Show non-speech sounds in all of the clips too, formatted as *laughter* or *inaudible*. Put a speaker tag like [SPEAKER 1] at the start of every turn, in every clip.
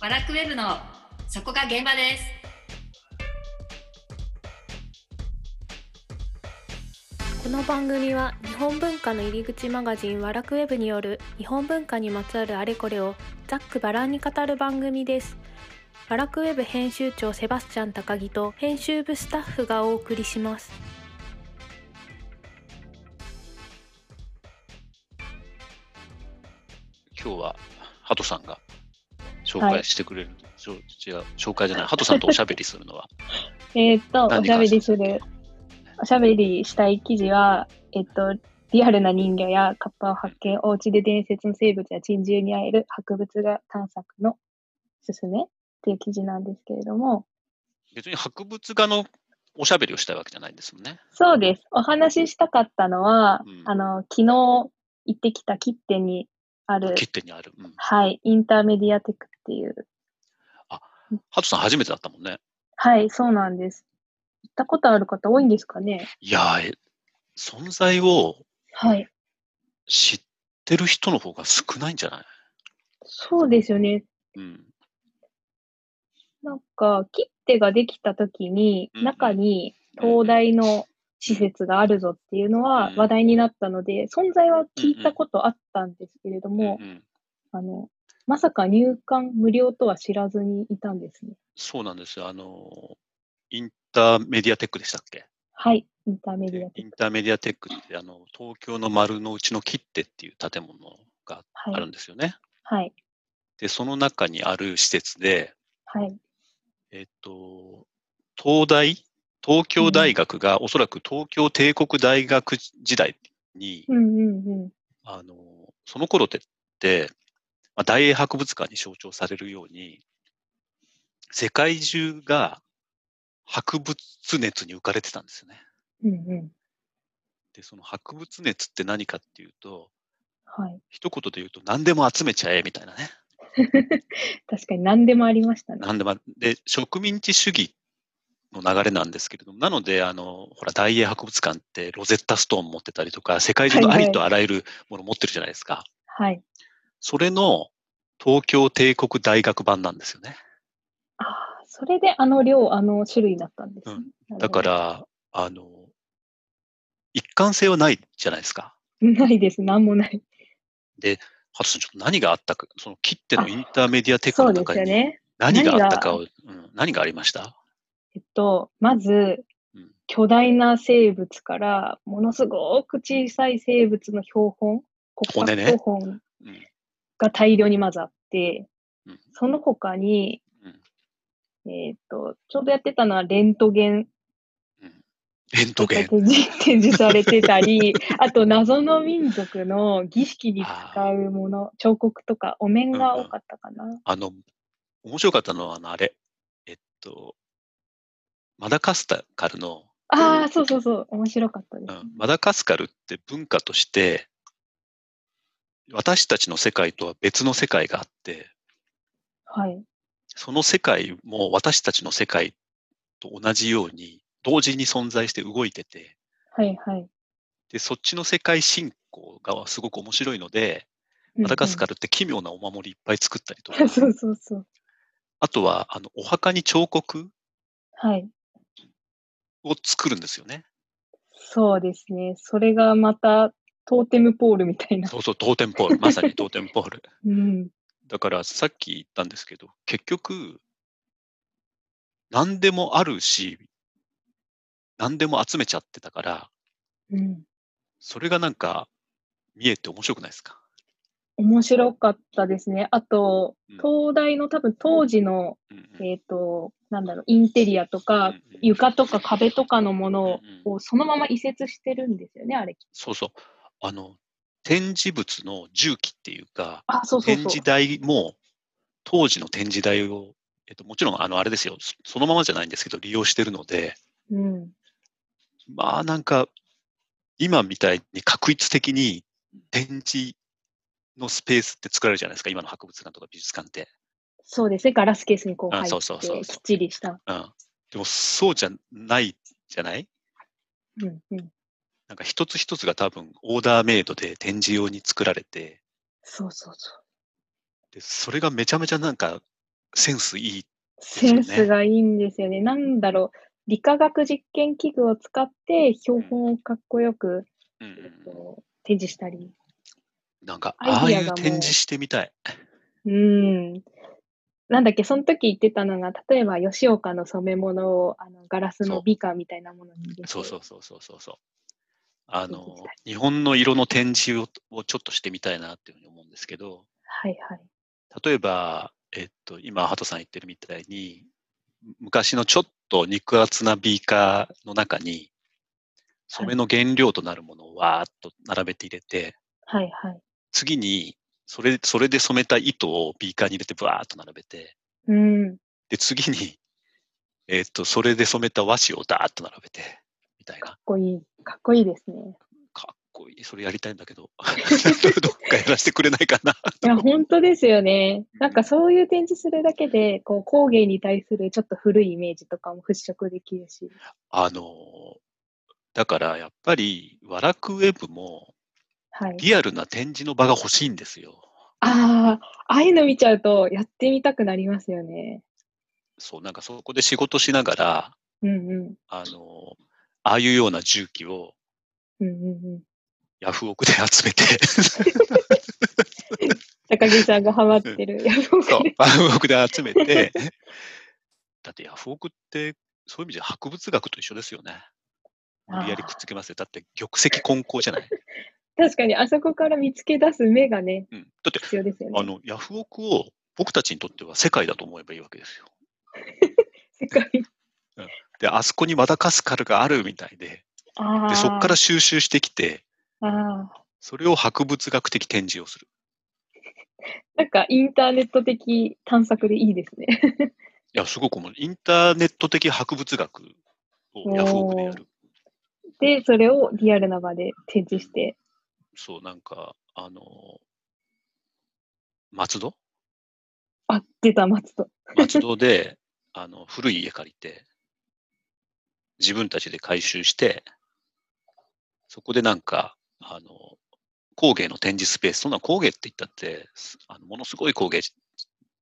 [SPEAKER 1] バラクウェブのそこが現場です。
[SPEAKER 2] この番組は日本文化の入り口マガジンワラクウェブによる日本文化にまつわるあれこれをざっくばらんに語る番組です。ワラクウェブ編集長セバスチャン高木と編集部スタッフがお送りします。
[SPEAKER 3] 今日はハトさんが紹介してくれる、しょ違う紹介じゃないハトさんとおしゃべりするのは *laughs*
[SPEAKER 4] えーっと、
[SPEAKER 3] 何
[SPEAKER 4] お
[SPEAKER 3] に
[SPEAKER 4] しゃべ
[SPEAKER 3] 関
[SPEAKER 4] り
[SPEAKER 3] す
[SPEAKER 4] す
[SPEAKER 3] る
[SPEAKER 4] る、おしゃべりしたい記事は、えっと、リアルな人魚やカッパを発見、お家で伝説の生物や珍獣に会える博物画探索のすすめっていう記事なんですけれども、
[SPEAKER 3] 別に博物画のおしゃべりをしたいわけじゃないんですもんね。
[SPEAKER 4] そうです。お話ししたかったのは、
[SPEAKER 3] うん
[SPEAKER 4] あの、昨日行ってきた切手にある、
[SPEAKER 3] 切手にある。うん、
[SPEAKER 4] はい、インターメディアテクっていう、
[SPEAKER 3] ハトさん初めてだったもんね。
[SPEAKER 4] はい、そうなんです。行ったことある方多いんですかね
[SPEAKER 3] いやーえ存在を
[SPEAKER 4] はい。
[SPEAKER 3] 知ってる人の方が少ないんじゃない、
[SPEAKER 4] そうですよね。
[SPEAKER 3] うん、
[SPEAKER 4] なんか、切手ができたときに、
[SPEAKER 3] うんうん
[SPEAKER 4] 中に東大の施設があるぞっていうのは
[SPEAKER 3] うん
[SPEAKER 4] 話題になったので、存在は聞いたことあったんですけれども
[SPEAKER 3] う、んうん
[SPEAKER 4] あの、まさか入館無料とは知らずにいたんですね。
[SPEAKER 3] そうなんですよ。あのーインターメディアテックでしたっけ
[SPEAKER 4] はい、インターメディア
[SPEAKER 3] イ
[SPEAKER 4] で
[SPEAKER 3] ンターメディアテックってあの東京の丸の内の切手っていう建物が
[SPEAKER 4] は
[SPEAKER 3] ある
[SPEAKER 4] い、
[SPEAKER 3] んですよね。
[SPEAKER 4] はい、
[SPEAKER 3] で、その中にある施設で、
[SPEAKER 4] はい、
[SPEAKER 3] えっと、東大、東京大学が、おそらく東京帝国大学時代に、
[SPEAKER 4] うんうんうん、
[SPEAKER 3] あの、その頃って、ってまあ、大英博物館に象徴されるように、世界中が博物熱に浮かれてたんですよね。
[SPEAKER 4] うんうん、
[SPEAKER 3] で、その博物熱って何かっていうと、
[SPEAKER 4] はい。
[SPEAKER 3] 一言で言うと何でも集めちゃえみたいなね。
[SPEAKER 4] 確かに何でもありましたね。
[SPEAKER 3] なんでもで植民地主義の流れなんですけれども、なので、あの、ほら、大英博物館ってロゼッタストーン持ってたりとか、世界中のあ
[SPEAKER 4] はいはい
[SPEAKER 3] りとあらゆるもの持ってるじゃないですか。
[SPEAKER 4] はい。
[SPEAKER 3] それの東京帝国大学版なんですよね。
[SPEAKER 4] ああ、それであの量、あの種類だったんですね
[SPEAKER 3] うん。
[SPEAKER 4] なるほど
[SPEAKER 3] だか。ら、あの、一貫性はないじゃないですか。
[SPEAKER 4] *laughs* ないです、何もない。
[SPEAKER 3] ハトさん、ちょっと何があったか、その切手のインターメディアテック
[SPEAKER 4] そ
[SPEAKER 3] の
[SPEAKER 4] うです
[SPEAKER 3] 中
[SPEAKER 4] よ
[SPEAKER 3] に
[SPEAKER 4] ね。
[SPEAKER 3] 何
[SPEAKER 4] 何
[SPEAKER 3] が
[SPEAKER 4] が
[SPEAKER 3] あったかを、うん、何がありました
[SPEAKER 4] えっと、まず
[SPEAKER 3] うん、
[SPEAKER 4] 巨大な生物から、ものすごく小さい生物の標本、
[SPEAKER 3] 骨
[SPEAKER 4] 骨格
[SPEAKER 3] ね
[SPEAKER 4] 標本
[SPEAKER 3] うん
[SPEAKER 4] が大量に混ざって、
[SPEAKER 3] うん
[SPEAKER 4] その他に、
[SPEAKER 3] うん
[SPEAKER 4] えっと、ちょうどやってたのはレントゲン
[SPEAKER 3] レントゲン。
[SPEAKER 4] 展示展示されてたり、
[SPEAKER 3] *laughs*
[SPEAKER 4] あと謎の民族の儀式に使うもの、彫刻とかお面が多かったかな。
[SPEAKER 3] あの、面白かったのは、あの、あれ、えっと、マダカスカルの、
[SPEAKER 4] ああ、そうそうそう、面白かったです
[SPEAKER 3] う
[SPEAKER 4] ね。
[SPEAKER 3] んマダカスカルって文化として、私たちの世界とは別の世界があって、
[SPEAKER 4] はい。
[SPEAKER 3] その世界も私たちの世界と同じように、同時に存在して動いてて、
[SPEAKER 4] はいはい。
[SPEAKER 3] で、そっちの世界信仰がすごく面白いので、マ
[SPEAKER 4] ま
[SPEAKER 3] ダカスカル
[SPEAKER 4] ら。
[SPEAKER 3] って奇妙なお守りいっぱい作ったりとか
[SPEAKER 4] うん、 *laughs* そうそうそう。
[SPEAKER 3] あとは、あの、お墓に彫刻
[SPEAKER 4] はい。
[SPEAKER 3] を作るんですよね。
[SPEAKER 4] そうですね。それがまたトーテムポールみたいな。
[SPEAKER 3] そうそう、トーテンポール。まさにトーテンポール。
[SPEAKER 4] うん。
[SPEAKER 3] だからさっき言ったんですけど、結局、何でもあるし、何でも集めちゃってたから、
[SPEAKER 4] うん。
[SPEAKER 3] それがなんか見えて面白くないですか
[SPEAKER 4] 面白かったですね。あと
[SPEAKER 3] うん、
[SPEAKER 4] 東大の多分当時の、
[SPEAKER 3] うんうん
[SPEAKER 4] えっ、と、なんだろう、インテリアとか、
[SPEAKER 3] うんうん
[SPEAKER 4] 床とか壁とかのもの
[SPEAKER 3] うんうん
[SPEAKER 4] をそのまま移設してるんですよね、あれ。
[SPEAKER 3] そうそう。あの、展示物の重機っていうか、
[SPEAKER 4] あ、そうそう
[SPEAKER 3] 展
[SPEAKER 4] そ
[SPEAKER 3] 示
[SPEAKER 4] う。
[SPEAKER 3] 台も、当時の展示台を、えっと、もちろん、あの、あれですよ、そそのままじゃないんですけど、利用してるので、
[SPEAKER 4] うん。
[SPEAKER 3] まあなんか、今みたいに確一的に展示のスペースって作られるじゃないですか、今の博物館とか美術館って。
[SPEAKER 4] そうですね。ガラスケースにこう
[SPEAKER 3] あ
[SPEAKER 4] 入
[SPEAKER 3] そうそうそう
[SPEAKER 4] って、
[SPEAKER 3] そう
[SPEAKER 4] きっちりした。
[SPEAKER 3] うん。でもそうじゃないじゃない
[SPEAKER 4] うんうん。
[SPEAKER 3] なんか一つ一つが多分オーダーメイドで展示用に作られて、
[SPEAKER 4] そうそうそう。
[SPEAKER 3] でそれがめちゃめちゃなんかセンスいい。
[SPEAKER 4] センスがいいんですよね。なんだろう、理化学実験器具を使って標本をかっこよく、
[SPEAKER 3] うんうん
[SPEAKER 4] えっと、展示したり。
[SPEAKER 3] なんか、あ
[SPEAKER 4] ア
[SPEAKER 3] あ
[SPEAKER 4] イ
[SPEAKER 3] い
[SPEAKER 4] ディアがもう
[SPEAKER 3] う展示してみたい。
[SPEAKER 4] うん。なんだっけ、その時言ってたのが、例えば吉岡の染め物をあのガラス
[SPEAKER 3] そう
[SPEAKER 4] のビカみたいなものに入れて。
[SPEAKER 3] そうそうそうそうそうそう。あ
[SPEAKER 4] 展示
[SPEAKER 3] の
[SPEAKER 4] したい、
[SPEAKER 3] 日本の色の展示ををちょっとしてみたいなっていうふうに思うんですけど、
[SPEAKER 4] はいはい。
[SPEAKER 3] 例えば、えっと、今、ハトさん言ってるみたいに、昔のちょっと肉厚なビーカーの中に、染めの原料となるものをわーっと並べて入れて、
[SPEAKER 4] はいはい。
[SPEAKER 3] 次に、それ、それで染めた糸をビーカーに入れてブワーっと並べて、
[SPEAKER 4] うん。
[SPEAKER 3] で、次に、えっと、それで染めた和紙をダーっと並べて、みたい
[SPEAKER 4] か
[SPEAKER 3] な
[SPEAKER 4] っ。こいい。かっこいいですね。
[SPEAKER 3] かっこいい。それやりたいんだけど、 *laughs* どっかやらせてくれないかな。
[SPEAKER 4] いや、本当ですよね。なんかそういう展示するだけで、こう工芸に対するちょっと古いイメージとかも払拭できるし。
[SPEAKER 3] あの、だからやっぱり、ワラクウェブも、
[SPEAKER 4] はい。
[SPEAKER 3] リアルな展示の場が欲しいんですよ。
[SPEAKER 4] ああ、ああいうの見ちゃうとやってみたくなりますよね。
[SPEAKER 3] そう、なんかそこで仕事しながら、
[SPEAKER 4] うんう
[SPEAKER 3] あの、ああいうような重機を
[SPEAKER 4] ん。うんうんうん。
[SPEAKER 3] ヤフオクで集めて、
[SPEAKER 4] 高木さんがハマってる。いや僕
[SPEAKER 3] *laughs* そう、ヤフオクで集めて、だってヤフオクって、そういう意味じゃ博物学と一緒ですよね。無理やりくっつけますよ。だって玉石混交じゃない。
[SPEAKER 4] 確かに、あそこから見つけ出す目がね、
[SPEAKER 3] うん、だって、
[SPEAKER 4] 必要ですよ
[SPEAKER 3] あ
[SPEAKER 4] ね。
[SPEAKER 3] の、ヤフオクを僕たちにとっては世界だと思えばいいわけですよ。*laughs*
[SPEAKER 4] 世界。
[SPEAKER 3] で、あそこにマダガスカルがあるみたいで、
[SPEAKER 4] あ
[SPEAKER 3] で
[SPEAKER 4] あ。
[SPEAKER 3] そこから収集してきて、
[SPEAKER 4] ああ。
[SPEAKER 3] それを博物学的展示をする。
[SPEAKER 4] なんか、インターネット的探索でいいですね。 *laughs*
[SPEAKER 3] いや、すごくもうインターネット的博物学をヤフオクでやる。
[SPEAKER 4] で、それをリアルな場で展示して。
[SPEAKER 3] そう、なんか、あの、松戸
[SPEAKER 4] あ、出た、松戸。
[SPEAKER 3] 松戸で、あの、古い家借りて、自分たちで回収して、そこでなんか、あの、工芸の展示スペース、そんな工芸って言ったって、すあのものすごい工芸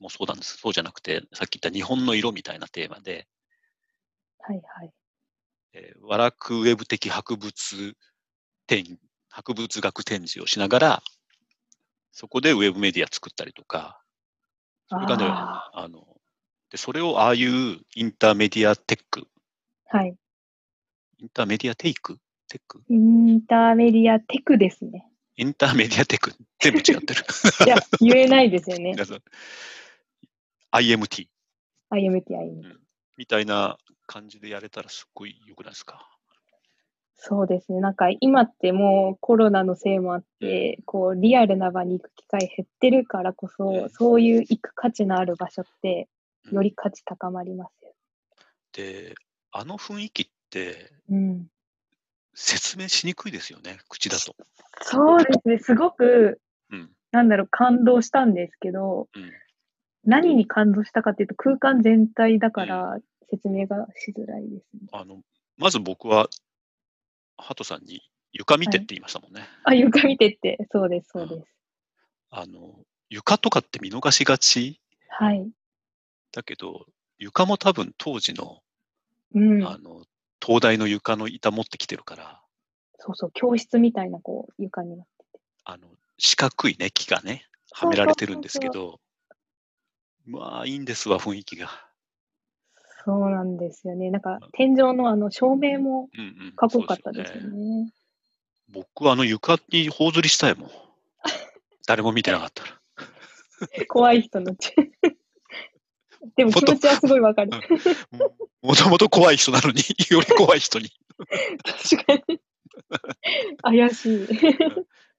[SPEAKER 3] もそうなんです。そうじゃなくて、さっき言った日本の色みたいなテーマで、
[SPEAKER 4] はいはい。
[SPEAKER 3] えー、ワラクウェブ的博物展、博物学展示をしながら、そこでウェブメディア作ったりとか、それがね、
[SPEAKER 4] あ
[SPEAKER 3] あの、で、それをああいうインターメディアテック、
[SPEAKER 4] はい。
[SPEAKER 3] インターメディアテイクテック
[SPEAKER 4] インターメディアテクですね。
[SPEAKER 3] インターメディアテック全部違ってる。
[SPEAKER 4] いや、言えないですよね。
[SPEAKER 3] *laughs* 皆さん IMT
[SPEAKER 4] IMT、IMT。
[SPEAKER 3] みたいな感じでやれたらすっごい良くないですか。
[SPEAKER 4] そうですね。なんか、今ってもうコロナのせいもあって、こう、リアルな場に行く機会減ってるからこ
[SPEAKER 3] うん
[SPEAKER 4] そ、そういう行く価値のある場所って、
[SPEAKER 3] うん
[SPEAKER 4] より価値高まりますよ。
[SPEAKER 3] で、あの雰囲気って
[SPEAKER 4] うん。
[SPEAKER 3] 説明しにくいですよね、口だと。
[SPEAKER 4] そうですね、すごく、
[SPEAKER 3] うん。
[SPEAKER 4] なんだろう、感動したんですけど、
[SPEAKER 3] うん
[SPEAKER 4] 何に感動したかっていうと、空間全体だから、説明がしづらいですね。
[SPEAKER 3] あの、まず僕は、ハトさんに床見てって言いましたもんね。
[SPEAKER 4] あ、床見てって、そうです、そうです。
[SPEAKER 3] あの、床とかって見逃しがち
[SPEAKER 4] はい。
[SPEAKER 3] だけど、床も多分当時の、
[SPEAKER 4] うん。
[SPEAKER 3] あの、東大の床の板持ってきてるから、
[SPEAKER 4] そうそう、教室みたいな、こう、床になってて。
[SPEAKER 3] あの、四角いね、木がね、は
[SPEAKER 4] そうそうそうそう
[SPEAKER 3] められてるんですけど、まあ、いいんですわ、雰囲気が。
[SPEAKER 4] そうなんですよね。なんか、天井のあの、照明も
[SPEAKER 3] うんうん。
[SPEAKER 4] かっこよかったです
[SPEAKER 3] そう
[SPEAKER 4] よ
[SPEAKER 3] よね
[SPEAKER 4] ね。
[SPEAKER 3] 僕はあの床に頬ずりした
[SPEAKER 4] *laughs*
[SPEAKER 3] いもん。誰も見てなかったら。
[SPEAKER 4] 怖い人のち。 *laughs* でも気持ちはすごいわかる。
[SPEAKER 3] もともと怖い人なのに、より怖い人に。
[SPEAKER 4] 確かに。 *laughs* 怪しい。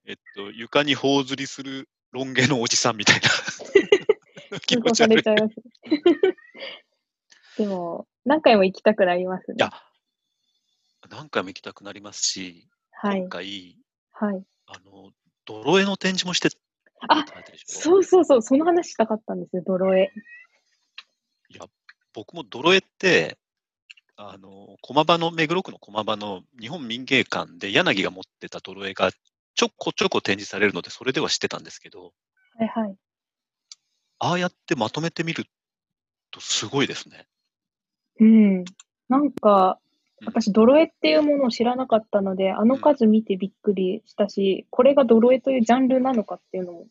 [SPEAKER 3] えっと、床に頬ずりするロン毛のおじさんみたい
[SPEAKER 4] *laughs*
[SPEAKER 3] な気持
[SPEAKER 4] 通報
[SPEAKER 3] ち
[SPEAKER 4] さ
[SPEAKER 3] 悪い。
[SPEAKER 4] れ
[SPEAKER 3] い
[SPEAKER 4] ちゃいます。でも、何回も行きたくなりますね
[SPEAKER 3] や。、何回も行きたくなりますし、
[SPEAKER 4] はい
[SPEAKER 3] 今。回、
[SPEAKER 4] はい。
[SPEAKER 3] あの、泥絵の展示もして
[SPEAKER 4] あ
[SPEAKER 3] たでしょ
[SPEAKER 4] そうそうそう、その話したかったんですよ、泥絵。
[SPEAKER 3] 僕も泥絵って、あの、駒場の、目黒区の駒場の日本民芸館で柳が持ってた泥絵がちょこちょこ展示されるので、それでは知ってたんですけど、
[SPEAKER 4] はいはい。
[SPEAKER 3] ああやってまとめてみるとすごいですね。
[SPEAKER 4] うん。なんか、
[SPEAKER 3] うん
[SPEAKER 4] 私、泥絵っていうものを知らなかったので、あの数見てびっくりしたし、これが泥絵というジャンルなのかっていうのも。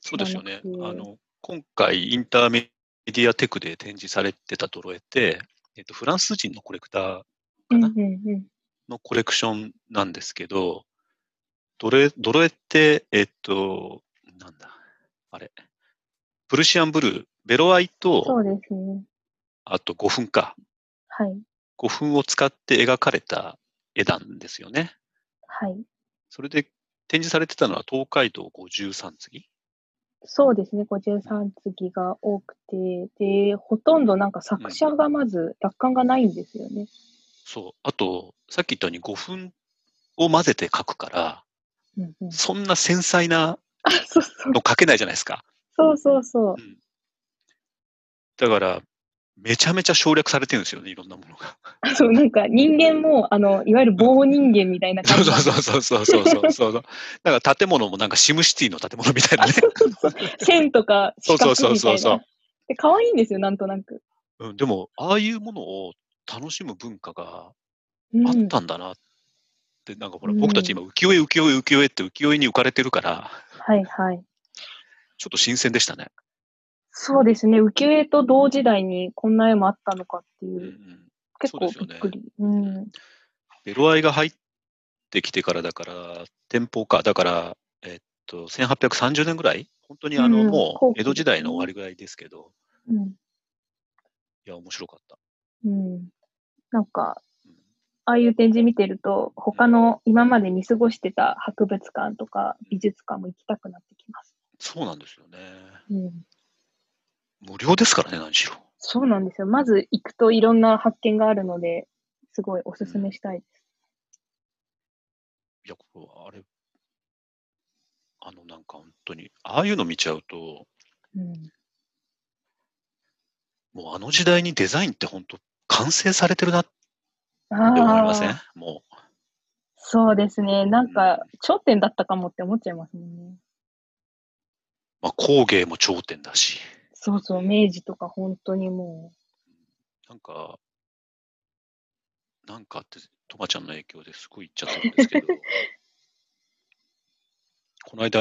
[SPEAKER 3] そうですよね。
[SPEAKER 4] 知らなく
[SPEAKER 3] あの今回インターメディアテクで展示されてた泥絵って、えっと、フランス人のコレクター
[SPEAKER 4] う
[SPEAKER 3] か
[SPEAKER 4] ん
[SPEAKER 3] な
[SPEAKER 4] うんうん。
[SPEAKER 3] のコレクションなんですけど、泥絵泥絵って、えっと、なんだ、あれ、プルシアンブルー、ベロアイ
[SPEAKER 4] そ
[SPEAKER 3] と、
[SPEAKER 4] うですね。
[SPEAKER 3] あと5分か、
[SPEAKER 4] はい。
[SPEAKER 3] 5分を使って描かれた絵なんですよね。
[SPEAKER 4] はい。
[SPEAKER 3] それで展示されてたのは東海道53次
[SPEAKER 4] そうですね、53次が多くて、で、ほとんどなんか作者がまず楽観がないんですよね。
[SPEAKER 3] そう。あと、さっき言ったように5分を混ぜて描くから、
[SPEAKER 4] うんう
[SPEAKER 3] *laughs*
[SPEAKER 4] ん、
[SPEAKER 3] そんな繊細な
[SPEAKER 4] あそうそう
[SPEAKER 3] の描けないじゃないですか。
[SPEAKER 4] そうそうそう。
[SPEAKER 3] だから、めちゃめちゃ省略されてるんですよね、いろんなものが。
[SPEAKER 4] あそうなんか人間もあのいわゆる棒人間みたいな
[SPEAKER 3] そ
[SPEAKER 4] 感
[SPEAKER 3] う
[SPEAKER 4] じ
[SPEAKER 3] そうそうそうそうそうそうそう。だから建物もなんかシムシティの建物みたい
[SPEAKER 4] *laughs*
[SPEAKER 3] なね。
[SPEAKER 4] 線とか
[SPEAKER 3] そ
[SPEAKER 4] 四
[SPEAKER 3] うそ
[SPEAKER 4] 角
[SPEAKER 3] うそう
[SPEAKER 4] みた
[SPEAKER 3] そうそ
[SPEAKER 4] い
[SPEAKER 3] う
[SPEAKER 4] な。で可愛いんですよなんとなく。
[SPEAKER 3] うん、でも、ああいうものを楽しむ文化が
[SPEAKER 4] うん
[SPEAKER 3] あったんだなって、なんかほら、
[SPEAKER 4] うん
[SPEAKER 3] 僕たち今、浮世絵、浮世絵、浮世絵って浮世絵に浮かれてるから、
[SPEAKER 4] はいはい。
[SPEAKER 3] ちょっと新鮮でしたね。
[SPEAKER 4] そうですね浮世絵と同時代にこんな絵もあったのかっていうう、
[SPEAKER 3] んうん
[SPEAKER 4] 結構びっくり。う
[SPEAKER 3] すよね
[SPEAKER 4] ん
[SPEAKER 3] ベロアイが入ってきてからだから、天保か、だから、えっと、1830年ぐらい、本当にあの、
[SPEAKER 4] うん
[SPEAKER 3] も
[SPEAKER 4] 後
[SPEAKER 3] う
[SPEAKER 4] 期
[SPEAKER 3] 江戸時代の終わりぐらいですけど、
[SPEAKER 4] うん
[SPEAKER 3] いや、面白かった。
[SPEAKER 4] うん、なんか
[SPEAKER 3] うん
[SPEAKER 4] ああいう展示見てると他の今まで見過ごしてた博物館とか美術館も行きたくなってきます。
[SPEAKER 3] そうなんですよね。
[SPEAKER 4] うん
[SPEAKER 3] 無料ですからね、何しろ。
[SPEAKER 4] そうなんですよ。まず行くといろんな発見があるので、すごいおすすめしたいです。
[SPEAKER 3] いや、これはあれ、あの、なんか本当に、ああいうの見ちゃうと、
[SPEAKER 4] うん、
[SPEAKER 3] もうあの時代にデザインって本当、完成されてるなって
[SPEAKER 4] あ
[SPEAKER 3] 思いませ
[SPEAKER 4] ー
[SPEAKER 3] んもう、
[SPEAKER 4] そうですね。なんか、頂点だったかもって思っちゃいますもんね。
[SPEAKER 3] まあ、工芸も頂点だし、
[SPEAKER 4] そうそう、明治とか本当にも
[SPEAKER 3] なんか、なんかって、とまちゃんの影響ですごい言っちゃったんですけ
[SPEAKER 4] *laughs*
[SPEAKER 3] ど、この間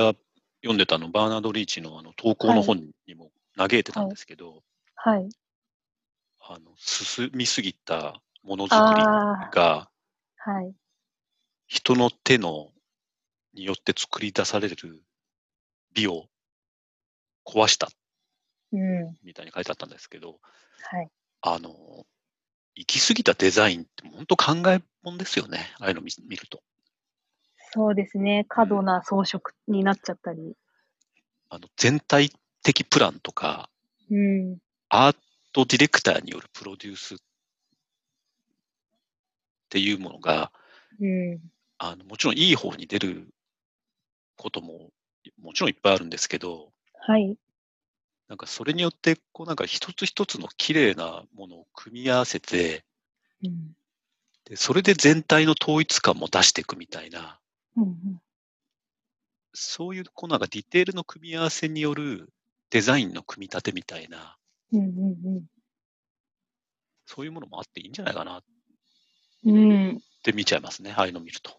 [SPEAKER 3] 読んでたあの、バーナード・リーチのあの投稿の本にも嘆いてたんですけど、
[SPEAKER 4] う、はい。
[SPEAKER 3] あの進みすぎたものづくり
[SPEAKER 4] ああ、
[SPEAKER 3] が
[SPEAKER 4] はい。
[SPEAKER 3] 人の手のによって作り出される美を壊した
[SPEAKER 4] うん、
[SPEAKER 3] みたいに書いてあったんですけど、
[SPEAKER 4] はい。
[SPEAKER 3] あの、行き過ぎたデザインって本当考えもんですよね。ああいうの見見ると。
[SPEAKER 4] そうですね。過度な装飾になっちゃったり。
[SPEAKER 3] あの、全体的プランとか、
[SPEAKER 4] うん、
[SPEAKER 3] アートディレクターによるプロデュースっていうものが、
[SPEAKER 4] うん、
[SPEAKER 3] あの、もちろんいい方に出ることも、もちろんいっぱいあるんですけど、
[SPEAKER 4] はい。
[SPEAKER 3] なんかそれによって、こうなんか一つ一つの綺麗なものを組み合わせて、
[SPEAKER 4] うん、
[SPEAKER 3] でそれで全体の統一感も出していくみたいな、
[SPEAKER 4] うん、うん
[SPEAKER 3] そういうこうなんかディテールの組み合わせによるデザインの組み立てみたいな、
[SPEAKER 4] うん、うん
[SPEAKER 3] そういうものもあっていいんじゃないかなっ
[SPEAKER 4] うん。うん、
[SPEAKER 3] て見ちゃいますね、ああいうの見ると。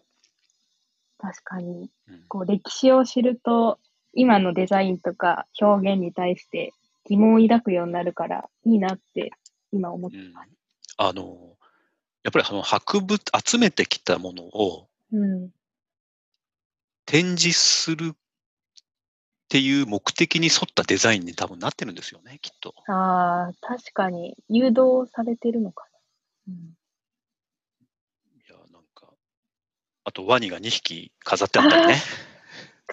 [SPEAKER 4] 確かに。
[SPEAKER 3] うん
[SPEAKER 4] こう歴史を知ると今のデザインとか表現に対して疑問を抱くようになるからいいなって今思っ
[SPEAKER 3] う
[SPEAKER 4] て
[SPEAKER 3] ん
[SPEAKER 4] ます。
[SPEAKER 3] あのやっぱりあの博物集めてきたものを
[SPEAKER 4] うん、
[SPEAKER 3] 展示するっていう目的に沿ったデザインに多分なってるんですよね、きっと。
[SPEAKER 4] ああ確かに誘導されてるのかな。
[SPEAKER 3] いや、なんか、あとワニが2匹飾ってあったりね、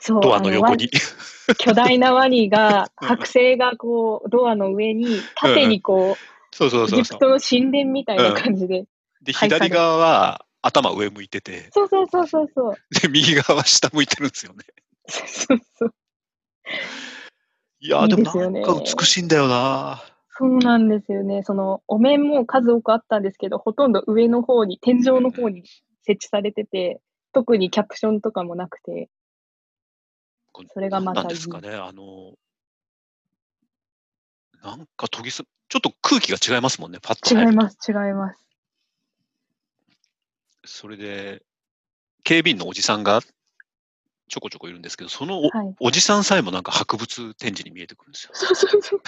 [SPEAKER 4] そう
[SPEAKER 3] ドアの横に。
[SPEAKER 4] あのワニ巨大なワニが剥製がこうドアの上に縦にこ
[SPEAKER 3] *laughs* そうそうう
[SPEAKER 4] エ
[SPEAKER 3] そう
[SPEAKER 4] ジ
[SPEAKER 3] そ
[SPEAKER 4] プ
[SPEAKER 3] う。
[SPEAKER 4] トの神殿みたいな感じで、
[SPEAKER 3] で、
[SPEAKER 4] 配下で
[SPEAKER 3] 左側は頭上向いてて、
[SPEAKER 4] そうそうそうそうそう
[SPEAKER 3] で、右側は下向いてるんですよね。
[SPEAKER 4] そうそう
[SPEAKER 3] いやー
[SPEAKER 4] いい
[SPEAKER 3] でも
[SPEAKER 4] ですよ
[SPEAKER 3] な
[SPEAKER 4] ね
[SPEAKER 3] んか美しいんだよな
[SPEAKER 4] そうなんですよねそのお面も数多くあったんですけどほとんど上の方に天井の方に設置されてて特にキャプションとかもなくてそれがまた
[SPEAKER 3] なんですかね、あの、なんか研ぎす、ちょっと空気が違いますもんね、パッと
[SPEAKER 4] 違
[SPEAKER 3] 入る
[SPEAKER 4] い
[SPEAKER 3] と
[SPEAKER 4] ます、違います。
[SPEAKER 3] それで、警備員のおじさんがちょこちょこいるんですけど、そのお,、
[SPEAKER 4] はい。
[SPEAKER 3] じさんさえもなんか博物展示に見えてくるん
[SPEAKER 4] *laughs*
[SPEAKER 3] ですよ。
[SPEAKER 4] そうそうそう。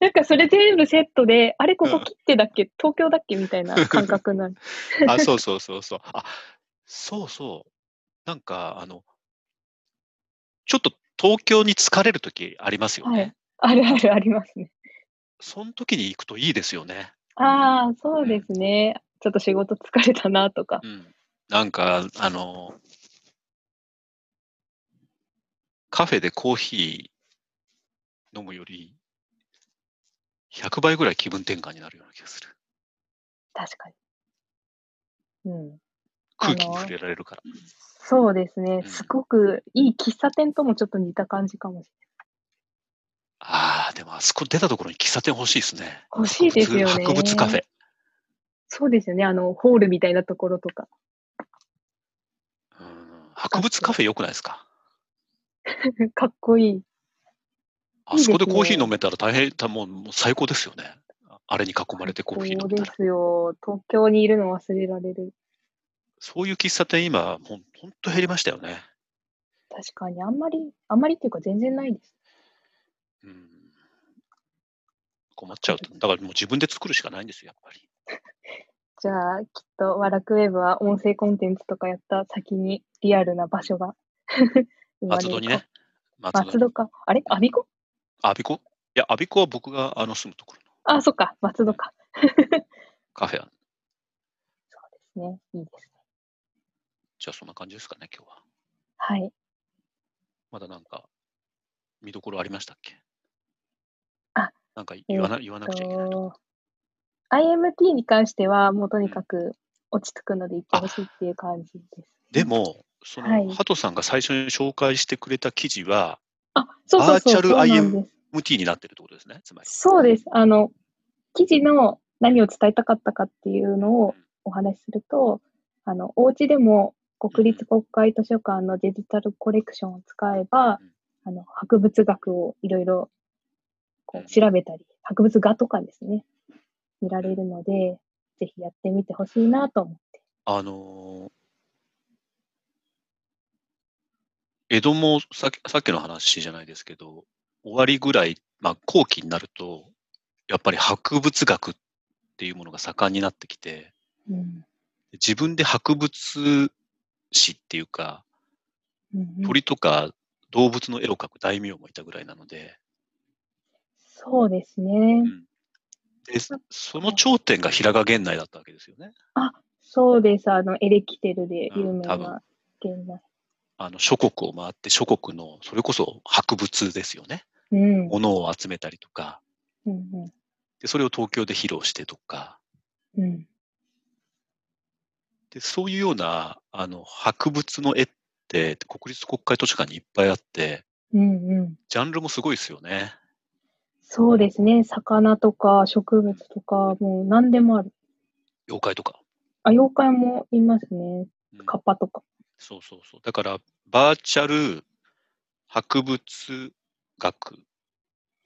[SPEAKER 4] なんかそれ全部セットで、あれここ切ってだっけ、東京だっけみたいな感覚になる。 *laughs*
[SPEAKER 3] あ、そうそうそうそう。あ、そうそう。なんか、あの、ちょっと東京に疲れるときありますよね。
[SPEAKER 4] はいあるあるありますね。
[SPEAKER 3] その時に行くといいですよね。
[SPEAKER 4] ああ、そうですね。ちょっと仕事疲れたなとか。
[SPEAKER 3] うん。なんか、あの、カフェでコーヒー飲むより、100倍ぐらい気分転換になるような気がする。
[SPEAKER 4] 確かに。うん。
[SPEAKER 3] 空気に触れられるから。
[SPEAKER 4] そうですね。
[SPEAKER 3] うん
[SPEAKER 4] すごくいい喫茶店ともちょっと似た感じかもしれない。
[SPEAKER 3] ああ、でもあそこ出たところに喫茶店欲しいですね。
[SPEAKER 4] 欲しいですよね
[SPEAKER 3] 博物カフェ。
[SPEAKER 4] そうですよね。あの、ホールみたいなところとか。 *laughs*
[SPEAKER 3] うん博物カフェ良くないですか
[SPEAKER 4] かっこいい。
[SPEAKER 3] あ
[SPEAKER 4] いいです
[SPEAKER 3] そ
[SPEAKER 4] ね
[SPEAKER 3] こでコーヒー飲めたら大変、たもうもう最高ですよね。ああれに囲まれてコーヒー飲
[SPEAKER 4] そう
[SPEAKER 3] め
[SPEAKER 4] で
[SPEAKER 3] たら。
[SPEAKER 4] すよ。東京にいるの忘れられる。
[SPEAKER 3] そういう喫茶店今、ほんほんと減りましたよね。
[SPEAKER 4] 確かに、あんまり、あんまりっていうか全然ないです。
[SPEAKER 3] うん、困っちゃうと。だからもう自分で作るしかないんですよ、やっぱり。
[SPEAKER 4] じゃあ、きっと、ワラクウェブは音声コンテンツとかやった先にリアルな場 *laughs* 所が生まれ
[SPEAKER 3] 松
[SPEAKER 4] る
[SPEAKER 3] 戸に
[SPEAKER 4] か
[SPEAKER 3] ね。。松戸
[SPEAKER 4] 松戸か。あれアビコ
[SPEAKER 3] あアビコいや、アビコは僕があの住むところの
[SPEAKER 4] あ、そっか。松戸か。
[SPEAKER 3] カフェ。
[SPEAKER 4] そうですね。いいですね。
[SPEAKER 3] じゃあそんな感じですかね、今日は。
[SPEAKER 4] はい。
[SPEAKER 3] まだなんか、見どころありましたっけ
[SPEAKER 4] あ
[SPEAKER 3] なんか言わな言わなくちゃいけないと。
[SPEAKER 4] と IMT に関しては、もうとにかく落ち着くので行ってほしいっていう感じです。
[SPEAKER 3] でも、その、
[SPEAKER 4] はい
[SPEAKER 3] ハトさんが最初に紹介してくれた記事は、
[SPEAKER 4] あ、そうそうそう。
[SPEAKER 3] バーチャル
[SPEAKER 4] そうなんです
[SPEAKER 3] MT になってるってことですね、つまり。
[SPEAKER 4] そうです。あの、記事の何を伝えたかったかっていうのをお話しすると、あの、お家でも国立国会図書館のデジタルコレクションを使えば
[SPEAKER 3] うん、
[SPEAKER 4] あの、博物学をいろいろこ
[SPEAKER 3] うん
[SPEAKER 4] う調べたり、博物画とかですね、見られるので、ぜひやってみてほしいなと思って。
[SPEAKER 3] あのー江戸もさっきさっきの話じゃないですけど、終わりぐらい、まあ、後期になると、やっぱり博物学っていうものが盛んになってきて、
[SPEAKER 4] うん
[SPEAKER 3] 自分で博物史っていうか、
[SPEAKER 4] うんうん
[SPEAKER 3] 鳥とか動物の絵を描く大名もいたぐらいなので、
[SPEAKER 4] そうですね。
[SPEAKER 3] でその頂点が平賀源内だったわけですよね。
[SPEAKER 4] そうです。あの、エレキテルで有
[SPEAKER 3] うん
[SPEAKER 4] 名
[SPEAKER 3] 多分
[SPEAKER 4] な現代。
[SPEAKER 3] あの諸国を回って諸国のそれこそ博物ですよね。
[SPEAKER 4] うん。
[SPEAKER 3] 物を集めたりとか
[SPEAKER 4] うん
[SPEAKER 3] でそれを東京で披露してとか
[SPEAKER 4] うん。うん。
[SPEAKER 3] でそういうようなあの博物の絵って国立国会図書館にいっぱいあって
[SPEAKER 4] うんうん。
[SPEAKER 3] ジャンルもすごいですよね。
[SPEAKER 4] そうですね。魚とか植物とか、もう何でもある。
[SPEAKER 3] 妖怪とか。
[SPEAKER 4] あ、妖怪もいますね。
[SPEAKER 3] うん
[SPEAKER 4] カッパとか。
[SPEAKER 3] そうそうそう。だからバーチャル博物学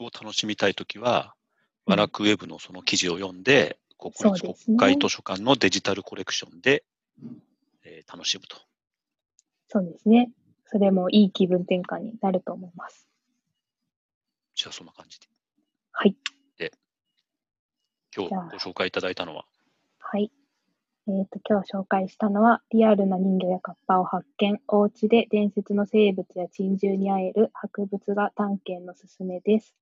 [SPEAKER 3] を楽しみたいときは、
[SPEAKER 4] うん
[SPEAKER 3] ワラクウェブのその記事を読んで、国立
[SPEAKER 4] そうです
[SPEAKER 3] 国
[SPEAKER 4] ね
[SPEAKER 3] 会図書館のデジタルコレクションで、えー楽しむと。
[SPEAKER 4] そうですね。それもいい気分転換になると思います。
[SPEAKER 3] じゃあそんな感じで。
[SPEAKER 4] はい。
[SPEAKER 3] で、今日
[SPEAKER 4] じゃあ
[SPEAKER 3] ご紹介いただいたのは、
[SPEAKER 4] はい。えっ、と、今日紹介したのは、リアルな人魚やカッパを発見、お家で伝説の生物や珍獣に会える博物画探検のすすめです。